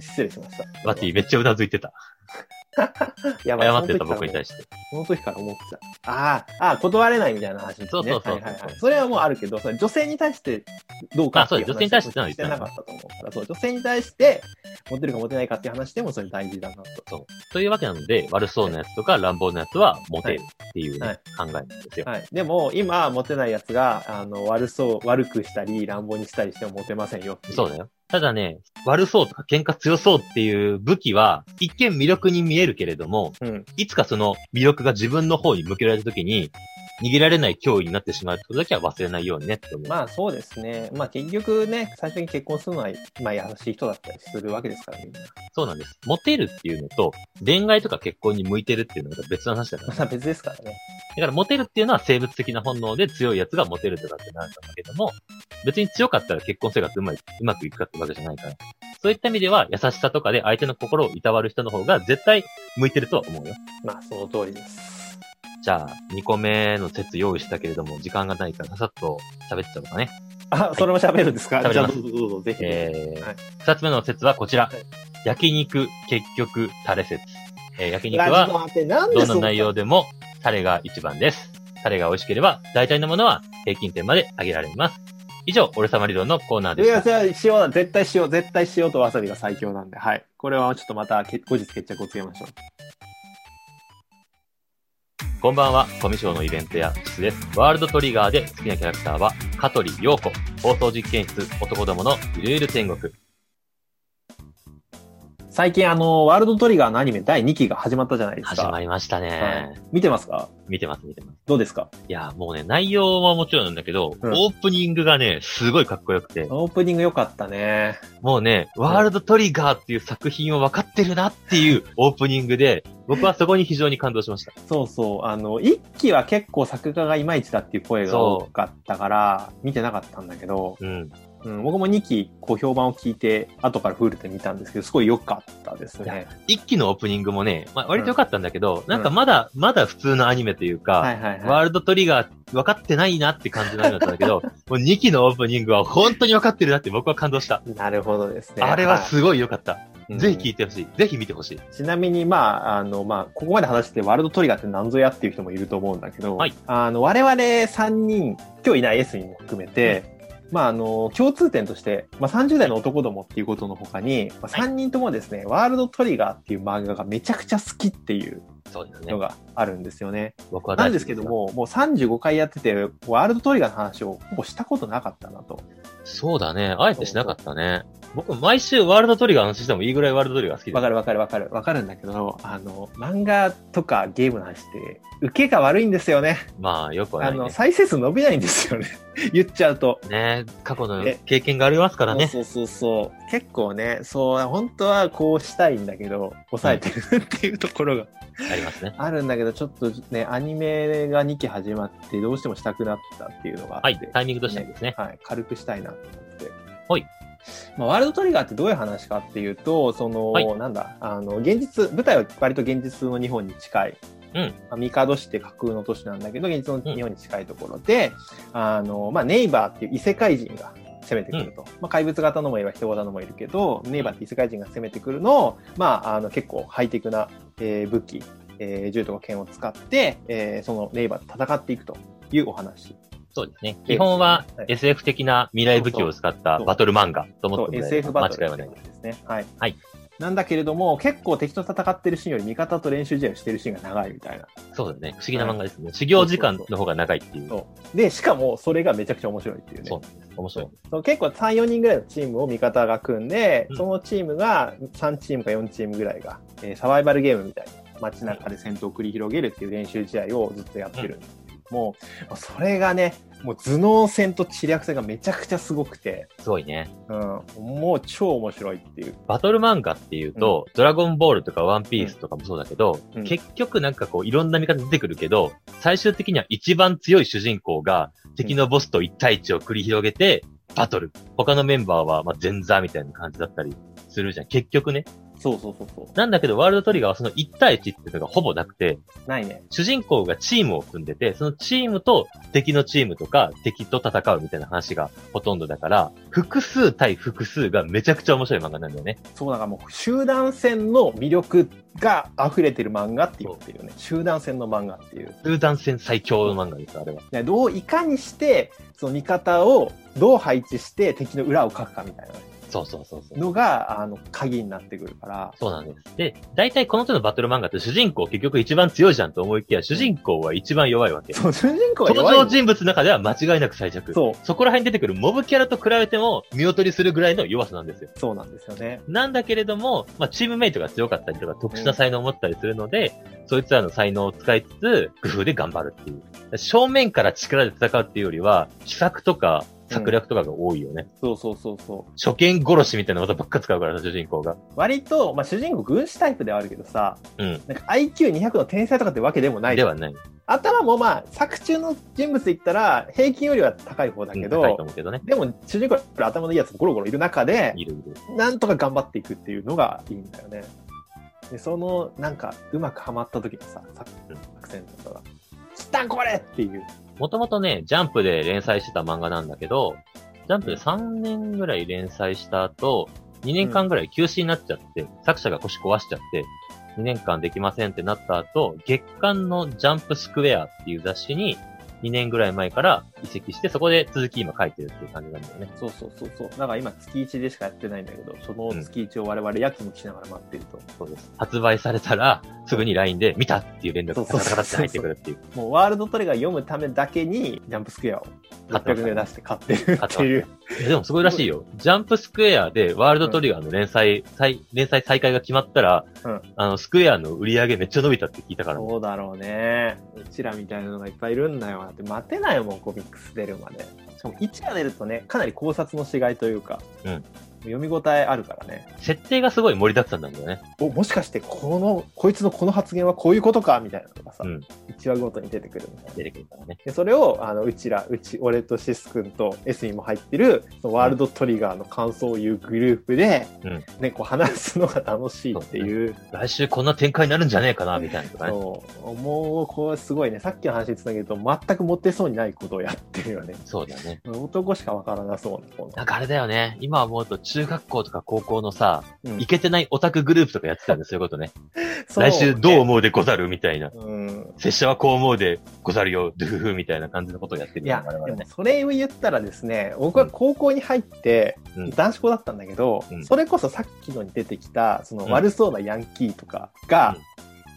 Speaker 1: 失礼しました。
Speaker 2: バッティめっちゃうなずいてた。
Speaker 1: やばい
Speaker 2: 謝ってた
Speaker 1: その時からね
Speaker 2: 僕に対して。
Speaker 1: その時から思ってた。ああ、ああ、断れないみたいな話ですね。
Speaker 2: そうそうそう
Speaker 1: はいはいはい。それはもうあるけど、それ女性に対してどうかっていう
Speaker 2: あそう女性に対し
Speaker 1: 話
Speaker 2: てな
Speaker 1: を
Speaker 2: の
Speaker 1: してなかったと思うから、そう、女性に対してモテるかモテないかっていう話でもそれ大事だなと。
Speaker 2: そう。というわけなので、悪そうなやつとか乱暴なやつはモテるっていう、ね
Speaker 1: はい
Speaker 2: 考えなんですよ。
Speaker 1: はい。でも、今、モテないやつが、あの、悪そう、悪くしたり、乱暴にしたりしてもモテませんよってい
Speaker 2: そうだよ。ただね、悪そうとか喧嘩強そうっていう武器は、一見魅力に見えるけれども、
Speaker 1: うん。
Speaker 2: いつかその魅力が自分の方に向けられた時に、逃げられない脅威になってしまうってことだけは忘れないようにねって思う。
Speaker 1: まあそうですね。まあ結局ね、最初に結婚するのは、まあ優しい人だったりするわけですから、みんな。
Speaker 2: そうなんです。モテるっていうのと、恋愛とか結婚に向いてるっていうのが別の話だから。
Speaker 1: ま
Speaker 2: だ
Speaker 1: た別ですからね。
Speaker 2: からモテるっていうのは生物的な本能で強いやつがモテるとかってなるんだけども、別に強かったら結婚生活うまいうまくいくかってわけじゃないから。そういった意味では、優しさとかで相手の心をいたわる人の方が絶対向いてるとは思うよ。
Speaker 1: まあその通りです。
Speaker 2: じゃあ、2個目の説用意したけれども、時間がないからささっと喋っちゃおうかね。
Speaker 1: あ、それも喋るんですか
Speaker 2: 喋ります
Speaker 1: じゃあどうぞどうぞ、ぜひ。
Speaker 2: えー
Speaker 1: はい
Speaker 2: 二つ目の説はこちら
Speaker 1: はい。
Speaker 2: 焼肉、結局、タレ説。えー焼肉
Speaker 1: ラジ
Speaker 2: は、
Speaker 1: オってなんで
Speaker 2: ど
Speaker 1: そ
Speaker 2: んな内容でも、タレが一番です。タレが美味しければ、大体のものは平均点まで上げられます。以上、俺様理論のコーナー
Speaker 1: い
Speaker 2: でし
Speaker 1: や、
Speaker 2: た
Speaker 1: そ。れは塩だ。絶対塩、絶対塩とわさびが最強なんで、はい。これはちょっとまたけ後日決着をつけましょう。
Speaker 2: こんばんは、コミショのイベントや室です。ワールドトリガーで好きなキャラクターは、香取陽子、放送実験室、男どものゆるゆる天国。
Speaker 1: 最近、あの、ワールドトリガーのアニメ第2期が始まったじゃないですか。
Speaker 2: 始まりましたね。
Speaker 1: 見てますか
Speaker 2: 見てます、見てます。
Speaker 1: どうですか
Speaker 2: いや、もうね、内容はもちろんなんだけど、
Speaker 1: うん
Speaker 2: オープニングがね、すごいかっこよくて、
Speaker 1: オープニング良かったね。
Speaker 2: もうね、ワールドトリガーっていう作品を分かってるなっていうオープニングで、僕はそこに非常に感動しました。
Speaker 1: そうそう。あの、1期は結構作画がいまいちだっていう声が多かったから、見てなかったんだけど、
Speaker 2: うん。
Speaker 1: うん、僕も2期、こう評判を聞いて、後からフルで見たんですけど、すごい良かったです
Speaker 2: い
Speaker 1: ね。
Speaker 2: 一期のオープニングもね、まあ、割と良かったんだけど、なんかまだ、まだ普通のアニメというか、
Speaker 1: はいはい
Speaker 2: ワ
Speaker 1: はい。
Speaker 2: ールドトリガー分かってないなって感じのアニメだったんだ けど、もう2期のオープニングは本当に分かってるなって僕は感動した。
Speaker 1: なるほどですね。
Speaker 2: あれはすごい良かった。
Speaker 1: うん
Speaker 2: ぜひ聞いてほしい。ぜひ見てほしい。
Speaker 1: ちなみに、まあ、あの、まあ、ここまで話して、ワールドトリガーって何ぞやっていう人もいると思うんだけど、
Speaker 2: はい
Speaker 1: あの、我々3人、今日いない S にも含めて、まあ、あの、共通点として、まあ、30代の男どもっていうことの他に、まあ、
Speaker 2: はい
Speaker 1: 3人ともですね、ワールドトリガーっていう漫画がめちゃくちゃ好きっていう
Speaker 2: そうです
Speaker 1: の
Speaker 2: ね。
Speaker 1: があるんですよね。
Speaker 2: 僕は
Speaker 1: なん
Speaker 2: 大好
Speaker 1: で
Speaker 2: き
Speaker 1: すけど。も、もう35回やってて、ワールドトリガーの話をほぼしたことなかったなと。
Speaker 2: そうだね。あえてしなかったね。僕、毎週ワールドトリガーのしてもいいぐらいワールドトリガー好きで
Speaker 1: わ
Speaker 2: す。
Speaker 1: かるわかるわかる。わかるんだけど、あの、漫画とかゲームの話って、受けが悪いんですよね。
Speaker 2: まあ、よくは
Speaker 1: あ
Speaker 2: ない
Speaker 1: の、
Speaker 2: ね。
Speaker 1: 再生数伸びないんですよね。 言っちゃうと。
Speaker 2: ね過去の
Speaker 1: え
Speaker 2: 経験がありますからね。
Speaker 1: そうそうそうそう。結構ね、そう、本当はこうしたいんだけど、抑えてるっていうところが
Speaker 2: ありますね。
Speaker 1: あるんだけど、ちょっとね、アニメが2期始まって、どうしてもしたくなったっていうのがあ
Speaker 2: は
Speaker 1: っ
Speaker 2: い
Speaker 1: て、。
Speaker 2: タイミングとしてはですね。
Speaker 1: はい、軽くしたいなと思って。
Speaker 2: はい。
Speaker 1: まあ、ワールドトリガーってどういう話かっていうと、その、
Speaker 2: はい
Speaker 1: なんだ、あの、現実、舞台は割と現実の日本に近い。
Speaker 2: うん
Speaker 1: まあ。帝市って架空の都市なんだけど、現実の日本に近いところで、あの、まあ、ネイバーっていう異世界人が攻めてくると。まあ、怪物型のもいれば人型のもいるけど、ネイバーって異世界人が攻めてくるのを、まあ、あの、結構ハイテクな、えー武器、えー銃とか剣を使って、えーそのネイバーと戦っていくというお話。
Speaker 2: そうですね。基本は
Speaker 1: はい
Speaker 2: SF 的な未来武器を使ったバトル漫画と思
Speaker 1: そ
Speaker 2: っ
Speaker 1: う
Speaker 2: てもらえれ
Speaker 1: SF
Speaker 2: ば
Speaker 1: バ
Speaker 2: 間
Speaker 1: トル
Speaker 2: 違い
Speaker 1: っ
Speaker 2: は
Speaker 1: て
Speaker 2: ない
Speaker 1: こと。ですね。はい。
Speaker 2: はい
Speaker 1: なんだけれども、結構敵と戦ってるシーンより味方と練習試合をしてるシーンが長いみたいな。
Speaker 2: そうだね。不思議な漫画ですね。修行時間の方が長いっていう。
Speaker 1: そうで、しかもそれがめちゃくちゃ面白いっていうね。
Speaker 2: そうなんです。面白い。
Speaker 1: そう結構3、4人ぐらいのチームを味方が組んで、
Speaker 2: うん
Speaker 1: そのチームが3チームか4チームぐらいが、えーサバイバルゲームみたいに街中で戦闘を繰り広げるっていう練習試合をずっとやってるんですけども、もうそれがね、もう頭脳戦と知略戦がめちゃくちゃすごくて、
Speaker 2: すごいね。
Speaker 1: うん、もう超面白いっていう。
Speaker 2: バトル漫画っていうと、ドラゴンボールとかワンピースとかもそうだけど、
Speaker 1: うん
Speaker 2: 結局なんかこういろんな見方出てくるけど、最終的には一番強い主人公が敵のボスと一対一を繰り広げて、バトル。他のメンバーはまあ前座みたいな感じだったりするじゃん。結局ね。
Speaker 1: そうそうそうそ
Speaker 2: なんだけどワールドトリガーはその一対一っていうのがほぼなくて、
Speaker 1: う。ないね。
Speaker 2: 主人公がチームを組んでて、そのチームと敵のチームとか敵と戦うみたいな話がほとんどだから、複数対複数がめちゃくちゃ面白い漫画なんだよね。
Speaker 1: そうだからもう集団戦の魅力が溢れてる漫画って言ってるよね。集団戦の漫画っていう。
Speaker 2: 集団戦最強の漫画です、あれは。
Speaker 1: ねどういかにして、その味方をどう配置して敵の裏を書くかみたいな
Speaker 2: そうそうそうそう。
Speaker 1: のが、あの、鍵になってくるから。
Speaker 2: そうなんです。で、大体この手のバトル漫画って主人公結局一番強いじゃんと思いきや、主人公は一番弱いわけ。
Speaker 1: そう、主人公は
Speaker 2: 登
Speaker 1: 弱い
Speaker 2: 場
Speaker 1: の。
Speaker 2: 人物の中では間違いなく最弱。
Speaker 1: そ
Speaker 2: そこら辺に出てくるモブキャラと比べても見劣りするぐらいの弱さなんですよ。
Speaker 1: う、そうなんですよね。
Speaker 2: なんだけれども、まあ、チームメイトが強かったりとか、特殊な才能を持ったりするので、そいつらの才能を使いつつ、工夫で頑張るっていう。正面から力で戦うっていうよりは、奇策とか策略とかが多いよね。
Speaker 1: そうそうそうそう。
Speaker 2: 初見殺しみたいな技ばっか使うからさ、主人公が。
Speaker 1: 割と、まあ、主人公軍師タイプではあるけどさ、
Speaker 2: うん。
Speaker 1: なんか IQ200 の天才とかってわけでもない。
Speaker 2: ではない。
Speaker 1: 頭もまあ、作中の人物で言ったら、平均よりは高い方だけど、
Speaker 2: 高いと思うけどね。
Speaker 1: でも、主人公は頭のいいやつもゴロゴロいる中で、
Speaker 2: いるいる。
Speaker 1: なんとか頑張っていくっていうのがいいんだよね。で、その、なんか、うまくはまった時のさ、作
Speaker 2: うん
Speaker 1: 作戦とかが、きたんこれっていう。
Speaker 2: もともとね、ジャンプで連載してた漫画なんだけど、ジャンプで3年ぐらい連載した後、2年間ぐらい休止になっちゃって、作者が腰壊しちゃって、2年間できませんってなった後、月刊のジャンプスクエアっていう雑誌に、2年ぐらい前から移籍して、そこで続き今書いてるっていう感じなんだよね。
Speaker 1: そうそうそうそう。だから今、月1でしかやってないんだけど、その月1を我々、やきもきしながら待ってると。
Speaker 2: そうです。発売されたら、すぐに LINE で見たっていう連絡が
Speaker 1: そうそうそう
Speaker 2: カタカタって入ってくるっていう。
Speaker 1: もう、ワールドトレガー読むためだけに、ジャンプスクエアを
Speaker 2: 買ってま
Speaker 1: 800
Speaker 2: す
Speaker 1: 円で出して買ってるっていう。
Speaker 2: いやでもすごいらしいよ。ジャンプスクエアでワールドトリガーの連載、再連載再開が決まったら、
Speaker 1: うん
Speaker 2: あの、スクエアの売り上げめっちゃ伸びたって聞いたから、
Speaker 1: そうだろうね。うちらみたいなのがいっぱいいるんだよ。だって待てないもん、コミックス出るまで。しかも1が出るとね、かなり考察のしがいというか、
Speaker 2: うん
Speaker 1: 読み応えあるからね。
Speaker 2: 設定がすごい盛りだくさんなんだよね。
Speaker 1: おもしかしてこのこいつのこの発言はこういうことかみたいなのがさ、
Speaker 2: うん
Speaker 1: 一1話ごとに出てくるみたいな
Speaker 2: 出てくるからね。
Speaker 1: でそれをあのうちらうち俺とシス君とエスミも入ってるそのワールドトリガーの感想を言うグループで、
Speaker 2: うん
Speaker 1: ね、こう話すのが楽しいっていう
Speaker 2: 来週こんな展開になるんじゃねえかな、みたいなとかね。
Speaker 1: そうもうこうすごいねさっきの話につなげると全くモテそうにないことをやってるよね
Speaker 2: そうだよね。
Speaker 1: 男しかわからなそうなこ
Speaker 2: なんかあれだよね。今思うと中学校とか高校のさ、
Speaker 1: の、うん
Speaker 2: いけてないオタクグループとかやってたんですよ、そういうことね。
Speaker 1: そう
Speaker 2: 来週どう思うでござるみたいな。
Speaker 1: うん
Speaker 2: 拙者はこう思うでござるよ、ドゥフフみたいな感じのことをやってる
Speaker 1: い
Speaker 2: よね
Speaker 1: や、
Speaker 2: 我々
Speaker 1: でも
Speaker 2: ね。
Speaker 1: それを言ったらですね、僕は高校に入って
Speaker 2: うん、
Speaker 1: 男子校だったんだけど、
Speaker 2: うん
Speaker 1: それこそさっきのに出てきた、その
Speaker 2: うん
Speaker 1: 悪そうなヤンキーとかが、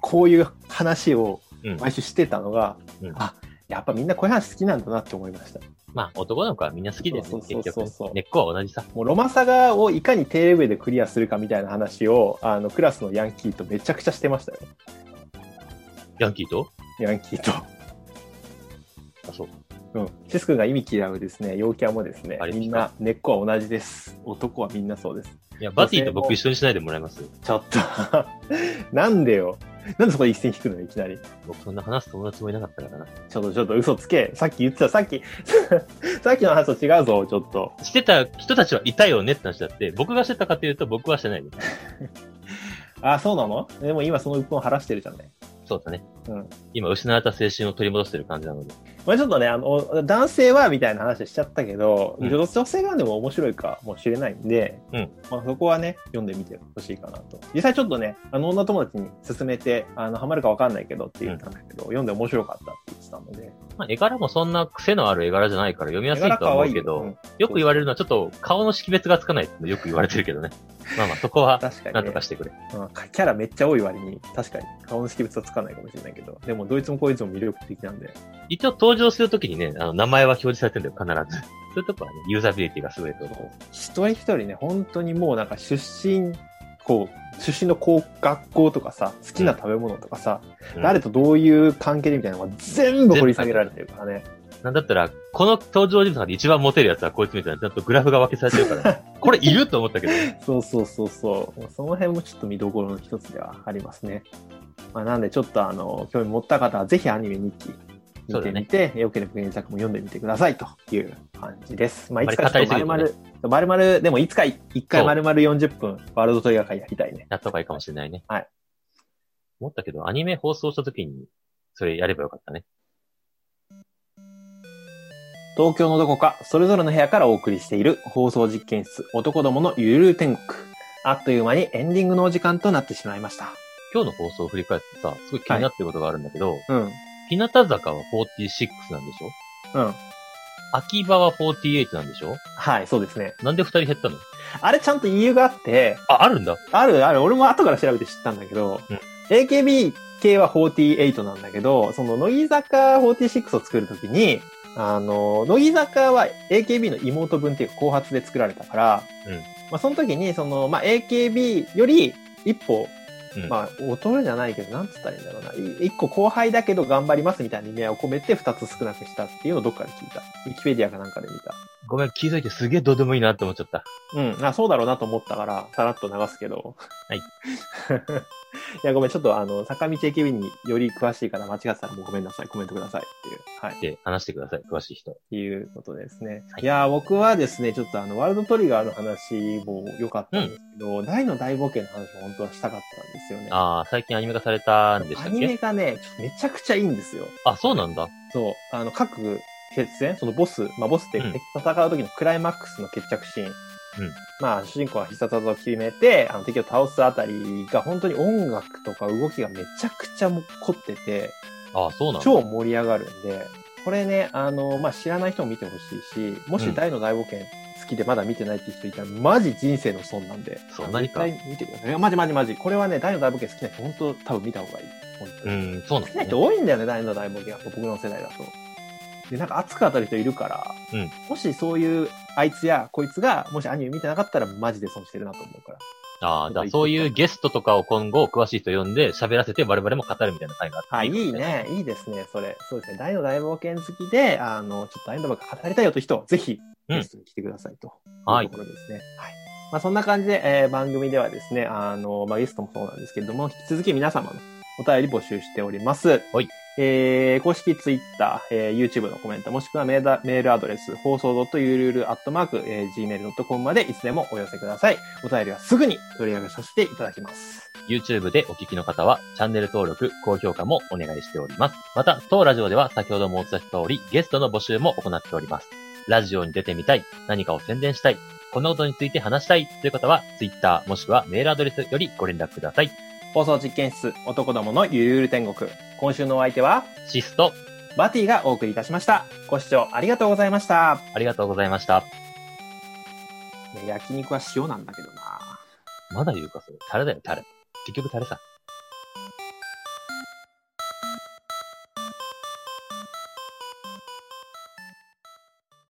Speaker 1: こういう話を
Speaker 2: うん
Speaker 1: 毎週してたのが、
Speaker 2: うん
Speaker 1: あ、やっぱみんなこういう話好きなんだなって思いました。
Speaker 2: まあ、男の子はみんな好きです
Speaker 1: そう
Speaker 2: ね、
Speaker 1: そう
Speaker 2: 結
Speaker 1: そう
Speaker 2: 局
Speaker 1: そう。
Speaker 2: 根っこは同じさ。
Speaker 1: もうロマサガをいかに低レベルでクリアするかみたいな話を、あの、クラスのヤンキーとめちゃくちゃしてましたよ。
Speaker 2: ヤンキーと
Speaker 1: ヤンキーと。
Speaker 2: あ、そう。
Speaker 1: うん。シス君が意味嫌うですね、陽キャもですね
Speaker 2: あ、れ
Speaker 1: みんな根っこは同じです。男はみんなそうです。
Speaker 2: いや、バティと僕一緒にしないでもらえます
Speaker 1: ちょっと、 なんでよ。なんでそこで一線引くのよいきなり。
Speaker 2: 僕そんな話す友達もいなかったからな。
Speaker 1: ちょっとちょっと嘘つけ。さっき言ってた、さっき、 さっきの話と違うぞ、ちょっと。
Speaker 2: してた人たちはいたよねって話だって、僕がしてたかというと僕はしてないね。
Speaker 1: あ、そうなのでも今その鬱憤を晴らしてるじゃんね。
Speaker 2: そうだね。
Speaker 1: うん
Speaker 2: 今、失われた青春を取り戻してる感じなので。
Speaker 1: まあちょっとね、あの、男性はみたいな話しちゃったけど、
Speaker 2: うん
Speaker 1: 女性がでも面白いかもしれないんで、
Speaker 2: うん
Speaker 1: まあそこはね、読んでみてほしいかなと。実際ちょっとね、あの女友達に勧めて、あの、ハマるかわかんないけどって言ったんだけど、読んで面白かったって言ってたので。
Speaker 2: まあ、絵柄もそんな癖のある絵柄じゃないから読みやすいとは思うけど、
Speaker 1: うん
Speaker 2: よく言われるのはちょっと顔の識別がつかないってよく言われてるけどね。まあまあ、そこは、
Speaker 1: 確かに、ね。
Speaker 2: なんとかしてくれ。
Speaker 1: うんキャラめっちゃ多い割に、確かに顔の識別はつかないかもしれないけど、でもどいつもこいつも魅力的なんで、
Speaker 2: 一応登場するときにね、あの、名前は表示されてるんだよ、必ず。そういうとこはね、ユーザビリティが優れてると思う。
Speaker 1: 一人一人ね、本当にもうなんか出身校、出身の高学校とかさ、好きな食べ物とかさ、
Speaker 2: うん
Speaker 1: 誰とどういう関係でみたいなのが全部掘り下げられてるからね。
Speaker 2: なんだったら、この登場人物の中で一番モテるやつはこいつみたいな、ちゃんとグラフが分けされて るから、これいると思ったけど、
Speaker 1: そうそうそうそう。その辺もちょっと見どころの一つではありますね。まあ、なんでちょっとあの、興味持った方はぜひアニメ日記
Speaker 2: そ
Speaker 1: 見
Speaker 2: うだ
Speaker 1: て
Speaker 2: ね
Speaker 1: みて、よければ原作も読んでみてくださいという感じです。まあ、い
Speaker 2: あま
Speaker 1: つ
Speaker 2: り
Speaker 1: かちょっと
Speaker 2: 語りすぎるとね
Speaker 1: 丸々、丸々、でもいつか一回
Speaker 2: そう
Speaker 1: 丸々40分ワールドトリガー会やりたいね。
Speaker 2: やった方がいいかもしれないね。
Speaker 1: はい。
Speaker 2: 思ったけど、アニメ放送したときに、それやればよかったね。
Speaker 1: 東京のどこか、それぞれの部屋からお送りしている放送実験室、男どものゆるる天国。あっという間にエンディングのお時間となってしまいました。
Speaker 2: 今日の放送を振り返ってさ、すごい気になってることがあるんだけど、
Speaker 1: うん。うん。
Speaker 2: 日向坂は46なんでしょ秋葉は48なんでしょ
Speaker 1: はい、そうですね。
Speaker 2: なんで二人減ったの
Speaker 1: あれちゃんと理由があって、
Speaker 2: あ、あるんだ。
Speaker 1: あるある、俺も後から調べて知ったんだけど、
Speaker 2: うん
Speaker 1: AKB 系は48なんだけど、その乃木坂46を作るときに、あの、乃木坂は AKB の妹分っていうか後発で作られたから、
Speaker 2: うん
Speaker 1: まあその時に、その、まあ AKB より一歩、
Speaker 2: うん
Speaker 1: まあ衰えじゃないけど、なんつったらいいんだろうな、い一個後輩だけど頑張りますみたいな意味合いを込めて二つ少なくしたっていうのをどっかで聞いた。ウィキペディアかなんかで見た。
Speaker 2: ごめん、気づいてすげえどうでもいいなって思っちゃった。
Speaker 1: うん、あ、そうだろうなと思ったから、さらっと流すけど。
Speaker 2: は い。
Speaker 1: いや、ごめん、ちょっとあの、坂道 AKB により詳しい方間違ってたらもうごめんなさい、コメントくださいっていう。はい。っ
Speaker 2: で、話してください、詳しい人。
Speaker 1: ていうことですね。
Speaker 2: はい
Speaker 1: い、やー、僕はですね、ちょっとあの、ワールドトリガーの話も良かったんですけど、大の大冒険の話も本当はしたかったんですよね。
Speaker 2: ああ、最近アニメ化されたんでし
Speaker 1: ア
Speaker 2: たっ
Speaker 1: ニメ
Speaker 2: け
Speaker 1: がね、ちょっとめちゃくちゃいいんですよ。
Speaker 2: あ、そうなんだ。
Speaker 1: そう、あの、各決戦、そのボス、まあ、ボスって
Speaker 2: うん
Speaker 1: 敵と戦う時のクライマックスの決着シーン。
Speaker 2: うん
Speaker 1: まあ、主人公は必殺技を決めて、あの敵を倒すあたりが本当に音楽とか動きがめちゃくちゃもう凝ってて、
Speaker 2: ああ、そうなんだ。
Speaker 1: 超盛り上がるんで、これね、あの、まあ、知らない人も見てほしいし、も
Speaker 2: う
Speaker 1: し
Speaker 2: ん
Speaker 1: 大の大冒険好きでまだ見てないって人いたら、マジ人生の損なんで。
Speaker 2: そんなにか
Speaker 1: 絶対見てくださいいや。マジマジマジ。これはね、大の大冒険好きな人、本当多分見た方がいい。本当
Speaker 2: う
Speaker 1: に
Speaker 2: ん、そうなん
Speaker 1: 好きな
Speaker 2: だ、ね。
Speaker 1: 人 多いんだよね、大の大冒険は。僕の世代だと。で、なんか熱く当たる人いるから、
Speaker 2: うん
Speaker 1: もしそういうあいつやこいつが、もしアニメ見てなかったらマジで損してるなと思うから。
Speaker 2: ああ、だからそういうゲストとかを今後詳しい人呼んで喋らせて我々も語るみたいな会があって。
Speaker 1: はい、いい。ね。いいですね、それ。そうですね。大の大冒険好きで、あの、ちょっとアニメばっか語りたいよという人、ぜひ、
Speaker 2: うん
Speaker 1: ゲストに来てくださいと。
Speaker 2: はい
Speaker 1: い。ところですね。はい。まあ、そんな感じで、えー番組ではですね、あの、まあ、ゲストもそうなんですけれども、引き続き皆様のお便り募集しております。
Speaker 2: はい。
Speaker 1: えー、公式ツイッター、えー、YouTube のコメント、もしくはメールメールアドレス、放送 .yulul.gmail.com までいつでもお寄せください。お便りはすぐに取り上げさせていただきます。
Speaker 2: YouTube でお聞きの方は、チャンネル登録、高評価もお願いしております。また、当ラジオでは先ほどもお伝えした通り、ゲストの募集も行っております。ラジオに出てみたい、何かを宣伝したい、こんなことについて話したいという方は、Twitter もしくはメールアドレスよりご連絡ください。
Speaker 1: 放送実験室男どものゆるゆる天国今週のお相手は
Speaker 2: シスト、
Speaker 1: バティがお送りいたしましたご視聴ありがとうございました
Speaker 2: ありがとうございました。
Speaker 1: ね焼肉は塩なんだけどな
Speaker 2: まだ言うか、それ。タレだよ、タレ。結局タレさ。